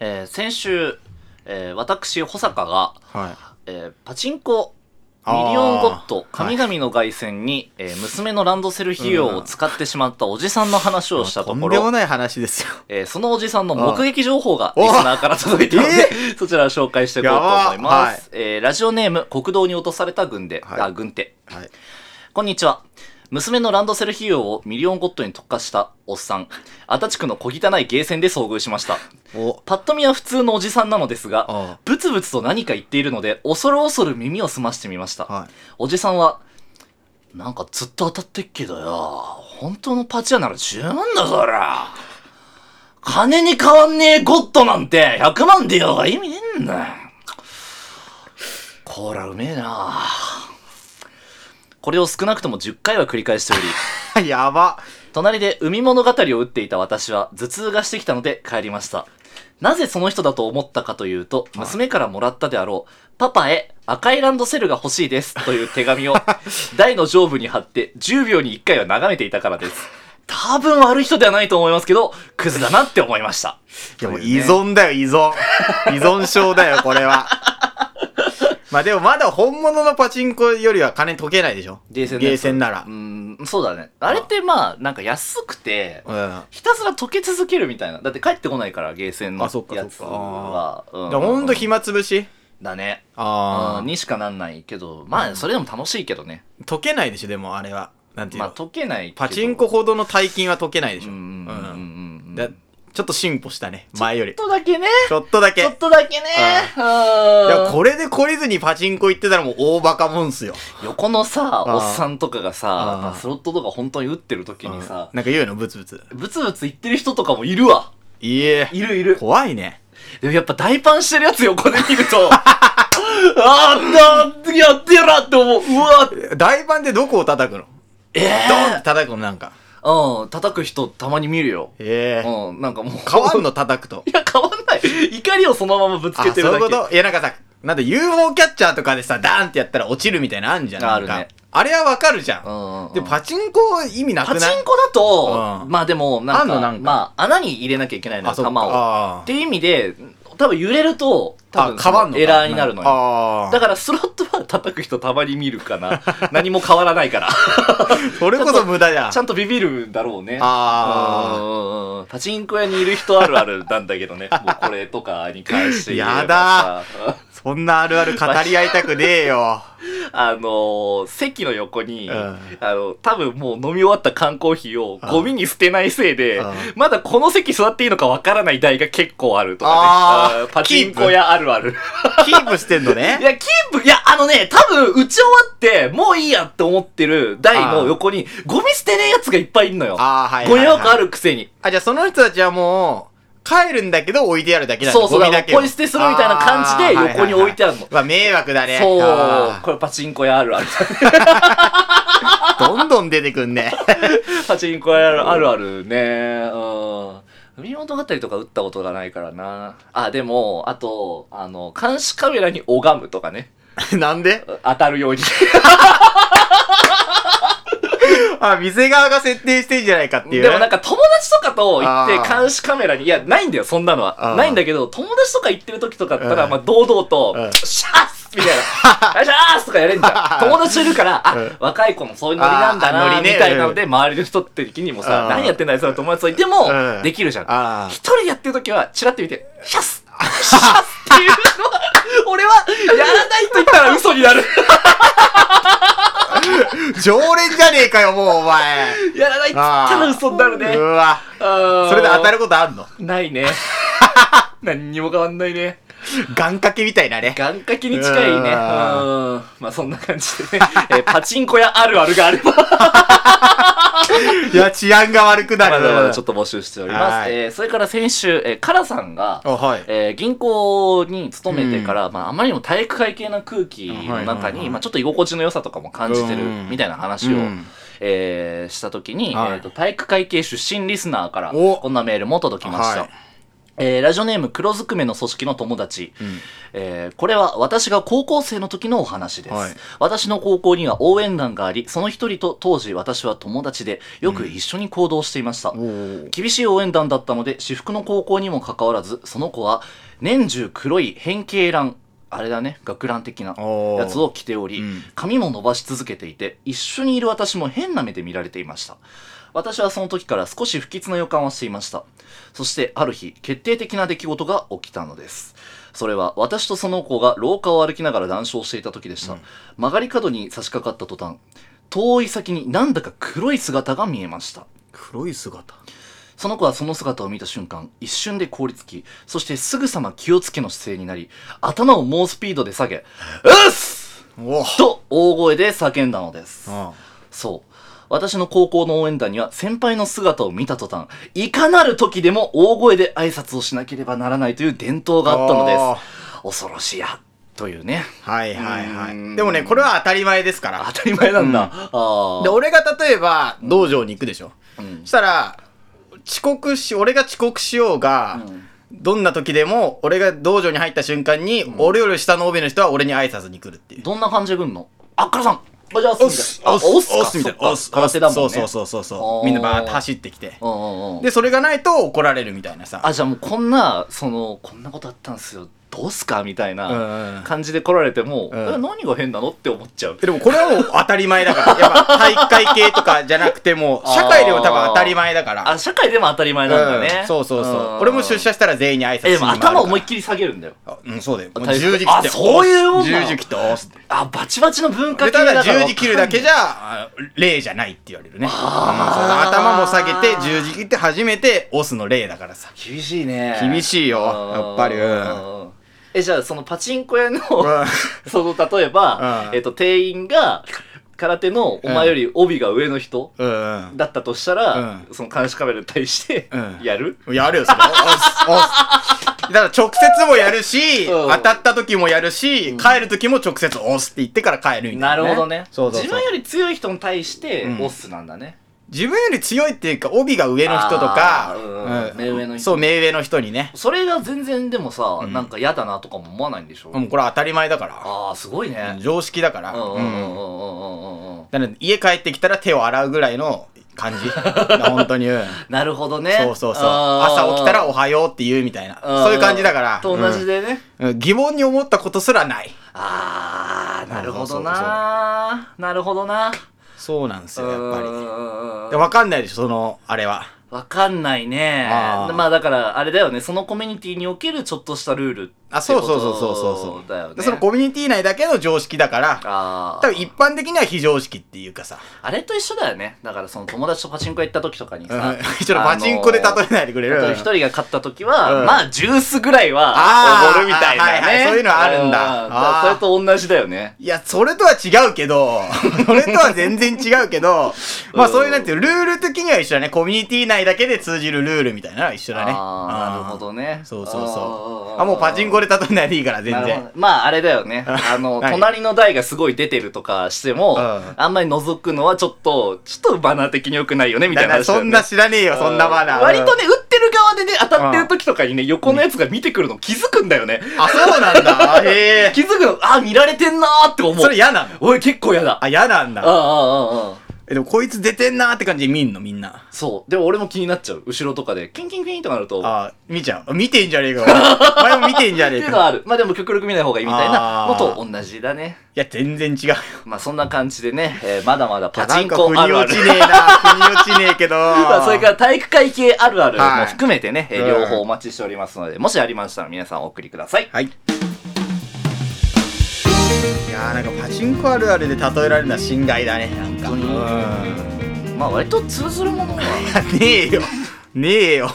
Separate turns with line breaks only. えー先週、えー私、保坂が、
はい。
えーパチンコ、ミ
あー
リオンゴット、
は
神
い
々の凱旋に、えー娘のランドセル費用を使ってしまったおじさんの話をしたとこ
とんでも
ろ、
ない話ですよ。
えーそのおじさんの目撃情報が
うん
リスナーから届いたので、 そちらを紹介していこうと思い
やば
ま
はい
す。えーラジオネーム、国道に落とされた軍で、
はい
あ、軍手。
はい。
こんにちは。娘のランドセル費用をミリオンゴットに特化したおっさん、足立区の小汚いゲーセンで遭遇しました。
お、
パッと見は普通のおじさんなのですが、
あ
ブツブツと何か言っているので、恐る恐る耳を澄ましてみました。
はい。
おじさんは、なんかずっと当たってっけどよ、本当のパチ屋なら十万だから。金に変わんねえゴッドなんて100万でようが意味ねえんだよ。こらうめえなこれを少なくとも10回は繰り返しており、
やば。
隣で海物語を打っていた私は頭痛がしてきたので帰りました。なぜその人だと思ったかというと、娘からもらったであろう、パパへ赤いランドセルが欲しいですという手 紙を台の上部に貼って10秒に1回は眺めていたからです。多分悪い人ではないと思いますけど、クズだなって思いました。
でも
と
依
いうね
存だよ、依存。依存症だよ、これは。 まあでもまだ本物のパチンコよりは金解けないでしょ。
ゲーセン
ゲーセンなら
う。ん、そうだね。あれってまあ、なんか安くて、
うん。
ひたすら溶け続けるみたいな。だって帰ってこないから、ゲーセンの
あそっか
やつ
そっか
は。うん
だからほんと暇つぶし
だね。
あ
うんにしかなんないけど、まあ、それでも楽しいけどね。
あ。解けないでしょ、でもあれは。なんていう
まあ、
の
解けないけど
パチンコほどの大金は解けないでし
う
ょ。
んうんうんうん
うん
うん。
だ
ち
ちょっと進歩したね、前よ
ょっ
り。
とだけね。
ちょっとだけ。
ちょっとだけね。
いや、
うん
これで懲りずにパチンコ行ってたらもう大バカもんっすよ。
横のさ、
あ
おっさんとかが
あ
さ、スロットとか本当に打ってる時にさ
うん、なんか言うの、ブツブツ。
ブツブツ言ってる人とかもいるわ。
いえ。
いるいる。
怖いね。
でもやっぱ大パンしてるやつ横で見る と、あーなんやってやらって思う。うわ
台盤でどこを叩くの
え
ドンって
え
叩くのなんか。
うん、叩く人たまに見るよ。
ええ。
うん、なんかもう。
変わんの叩くと
い。や、変わんない。怒りをそのまま ぶつ
あ、
け
そう
て
い
るだ
う
け。
こといや、なんかさ、なんだ UFO キャッチャーとかでさ、ダーンってやったら落ちるみたいなのあんじゃん。
あるね
なんかあれはわかるじゃ。
うんんうんうん
で、パチンコ意味な
パ
く
チ
ない
ンコだと、
うん
まあでも、な
あ
ん
ん
か、
のなんか
まあ、穴に入れなきゃいけないのよ、
あ、そ
球
う
を。
か
っ。ていう意味で、多分揺れると、多分
あ、変わんのか
エラーになるのよ。
ああ。
だからスロットは叩く人たまに見るか な。何も変わらないから。
それこそ無駄じゃん
ち。ゃんとビビるんだろうね。
あー
うんうんうんパチンコ屋にいる人あるあるなんだけどね。もうこれとかに関して言えばさ
やだそんなあるある語り合いたくねえ よ。
あのー席の横に、
うん
あの、多分もう飲み終わった缶コーヒーをゴミに捨てないせいで
うん、
まだこの席座っていいのかわからない台が結構あるとかね。
あー
あーパチンコ屋あるある。
キープしてんの
い
ね。
や、キープ、いや、あのね、多分打ち終わって、もういいやって思ってる台の横に、ゴミ捨てねえやつがいっぱいいるのよ。
ああ、はい、
ゴ
はい
ミ
はい。
箱あるくせに。
あ、じゃあその人たちはもう、帰るんだけど置いてあるだけなんだ
そうそう
ゴミだけを
だからポイ捨てするみたいな感じで
あー
横に置いてあるの
はははいうわ、迷惑だね。
そう。
あ
これパチンコ屋あるある。
ーどんどん出てくんね。
パチンコ屋あるあるあるね。うん。海物語とか打ったことがないからな。あ、でも、あと、あの、監視カメラに拝むとかね。
なんで
当たるように。
あ、店側が設定してんじゃないかっていうね。
でもなんか友達とかと行って
あー
監視カメラに、いや、ないんだよ、そんなのは
あ。ー
ないんだけど、友達とか行ってる時とかだった
う
ら、
ん
まあ、堂々と
うん、
シャースみたいな、 シャースとかやれんじゃん。友達いるから、あ
うん、
若い子もそういうノリなんだ
あー
な、
ノ
み
リね
たいなので、周りの人って時にもさ
う、ん
何やってんだよ、その友達といても
う、ん
できるじゃん。
あ
一人でやってる時は、チラッと見て、シャスシャスっていうのは、俺は、やらないと言ったら嘘にな る。
あ。常連じゃねえかよ、もうお前。
やらないって言ったら嘘になるね
う。わ。
そ
それで当た
る
ることあんの
ないね。 何にも変わんないね。
願掛けみたいなね。
願掛けに近いね。う
うんん。
まあそんな感じでね。 えーパチンコ屋あるあるがあれ ば、
いや、治安が悪くな
まだ
る。
まだちょっと募集しておりま
は
す。
い
えーそれから先週、えーカラさんが、
あ、はい。
えー銀行に勤めてから、まあ、あまりにも体育会系な空気の
はい
中
はいはい
に、まあ、ちょっと居心地の良さとかも感じてる
うん
みたいな話を、
うん
えーした時に、
はい
えーと体育会系出身リスナーから
お
こんなメールも届きました、
はい
えーラジオネーム黒ずくめの組織の友達、えーこれは私が高校生の時のお話です、
はい
私の高校には応援団がありその一人と当時私は友達でよく一緒に行動していました、
おー
厳しい応援団だったので私服の高校にもかかわらずその子は年中黒い変形乱あれだね学ラン的な
おー
やつを着ており、
うん
髪も伸ばし続けていて一緒にいる私も変な目で見られていました私はその時から少し不吉な予感をしていましたそしてある日決定的な出来事が起きたのですそれは私とその子が廊下を歩きながら談笑していた時でした、
うん
曲がり角に差し掛かった途端遠い先になんだか黒い姿が見えました
黒い姿
その子はその姿を見た瞬間、一瞬で凍りつき、そしてすぐさま気をつけの姿勢になり、頭を猛スピードで下げ、うっす
おお
と大声で叫んだのです。
あ
そう。私の高校の応援団には先輩の姿を見た途端、いかなる時でも大声で挨拶をしなければならないという伝統があったのです。恐ろしや。というね。
すはいはいは
うーん
いでもねこれは当たり前ですから
当たり前なんだ。
うん
ああ。
で、俺が例えば道場に行くでしょ、
うん
そしたら遅刻し俺が遅刻しようが、
うん
どんな時でも俺が道場に入った瞬間に、俺より下の帯の人は俺に挨拶に来るっていう
どんな感じで来んのあっからさんおじゃあ
お
押
っ
す
す
みたいな。あ
おっす
押
お
す
っ
かそっか空
すみたいなおっす
手だもんね。
そうそうそうそう
あ
そ
ー
うみんなバーって走ってきて
うんうんうん。
でそれがないと怒られるみたいなさ
あじゃあもうこんなそのこんなことあったんすよどうすかみたい
うん
な
うんうん
感じで来られても、
うん
え何が変なのって思っちゃう
でもこれはもう当たり前だからやっぱ体育会系とかじゃなくて も
あー
社会でも多分当たり前だから
あ社会でも当たり前なんだね、
うんそうそうそ
ん
う俺も出社したら全員に挨拶し
えで
に回る
も
から
頭思いっきり下げるんだよ
あうん、そうだよ。もう
体育
十字切
あ
って。
そういうもんなの
十字切って押すって。
あバチバチの文化
で
系だ
た
から
だ十字切るだけじ
ゃ
ゃ、あ例じゃないって言われるね。うんそう
あー
頭も下げて、十字切って初めて押すの例だからさ。
厳しいね
厳しいよ
うん
やっぱりうん
うんえじゃあそのパチンコ屋の
う
その例えば、
うん
えっと店員が空手のお前より帯が上の人
ん。うん
だったとしたら、
う
その監視カメラに対して
うん
やる、
うん。やるよ、それ。押す、押す。だから直接もやるし、
うん
当たった時もやるし、帰る時も直接押すって言ってから帰るみた
ない
な、ね。
るほどね
そうそうそう
自分より強い人に対して
うん
オスなんだね、
自分より強いっていうか、帯が上の人と
あ
か、
ーうん目上の人
そう、目上の人にね。
それが全然でもさ、
うん
なんか嫌だなとかも思わないんでしょ、
もうこれは当たり前だか
ああすごい
ら。
ね
常識だから。
うんうんうんうんうんうんうん
なので家帰ってきたら手を洗うぐらいの感 じ本当にうん
なるほどね
そうそうそう
あー
朝起きたら「おはよう」って言うみたいな
あー
そういう感じだから
と同じでね、
うんうん疑問に思ったことすらない
ああなるほど
そうそう
ななるほどな
そうなんですよやっぱりで
り
分かんないでしょそのあれは
わかんないね
あー
まあだからあれだよねそのコミュニティにおけるちょっとしたルールって
あそうそうそうそうそう
こ
そ
と
う
だよね
でそのコミュニティ内だけの常識だから
あー
多分一般的には非常識っていうかさ
あれと一緒だよねだからその友達とパチンコ行った時とかに
うん
さ
ちょっとパチンコで例えないでくれ
あのー例えば
る
一人が勝った時は、
うん
まあジュースぐらいは
あー
おごるみたいなね、
はいはいそういうのはあるんだ
うから
あー
それと同じだよね
いや、それとは違うけど、 それとは全然違うけど、まあそういうなんていう、ルール的には一緒だね。コミュニティ内だけで通じるルールみたいなのは一緒だね。
あーなるほど
ね。
ね
そうそうそう。
ー
あ、もうパチンコで例えないでいいから、全
なるほ
然
ど。まああれだよねあの
はい
隣の台がすごい出てるとかしても、
うん
あんまり覗くのはちょっとちょっとマナー的に良くないよねみたいな
だから
話だよ
そ
ね
んな知らねえよ、そんなマナー。
割と
ね。
ね、打ってる側でね、当たってる時とかにね、横のやつが見てくるの気づくんだよね。
あ、そうな んだ。へえ。
気づくの、あ、見られてんなーって思う。
それ嫌なの
おい、結構嫌だ。あ
あ、嫌なん
あ、あ
だ。
あ、ああ。
えでもこいつ出てんなーって感じで見んの、みんな。
そう。でも俺も気になっちゃう。後ろとかで、キンキンキンとかなると、っ
あ、見ちゃう。見てんじゃねえか。お前も見てんじゃ
て
ね え
いうのは
か。
ある。まあでも極力見ない方がいいみたいな
あ
の
ー
と同じだね。
いや、全然違うよ。
まあそんな感じでね、えーまだまだパ
な
チ
ん
ン
か
コ
腑
あ
に
るあ
落ち
る。
ねえな。腑に落ちねえけ ど。
まあそれから体育会系あるあるも含めてね、えー
はい
両方お待ちしておりますので、もしありましたら皆さんお送りください。
はい。いやーなんかパチンコあるあるで例えられるのは心外だね。なん か。
本当に
う
まあ割と通ずるものは。
ん。ねえよ。ねえよ。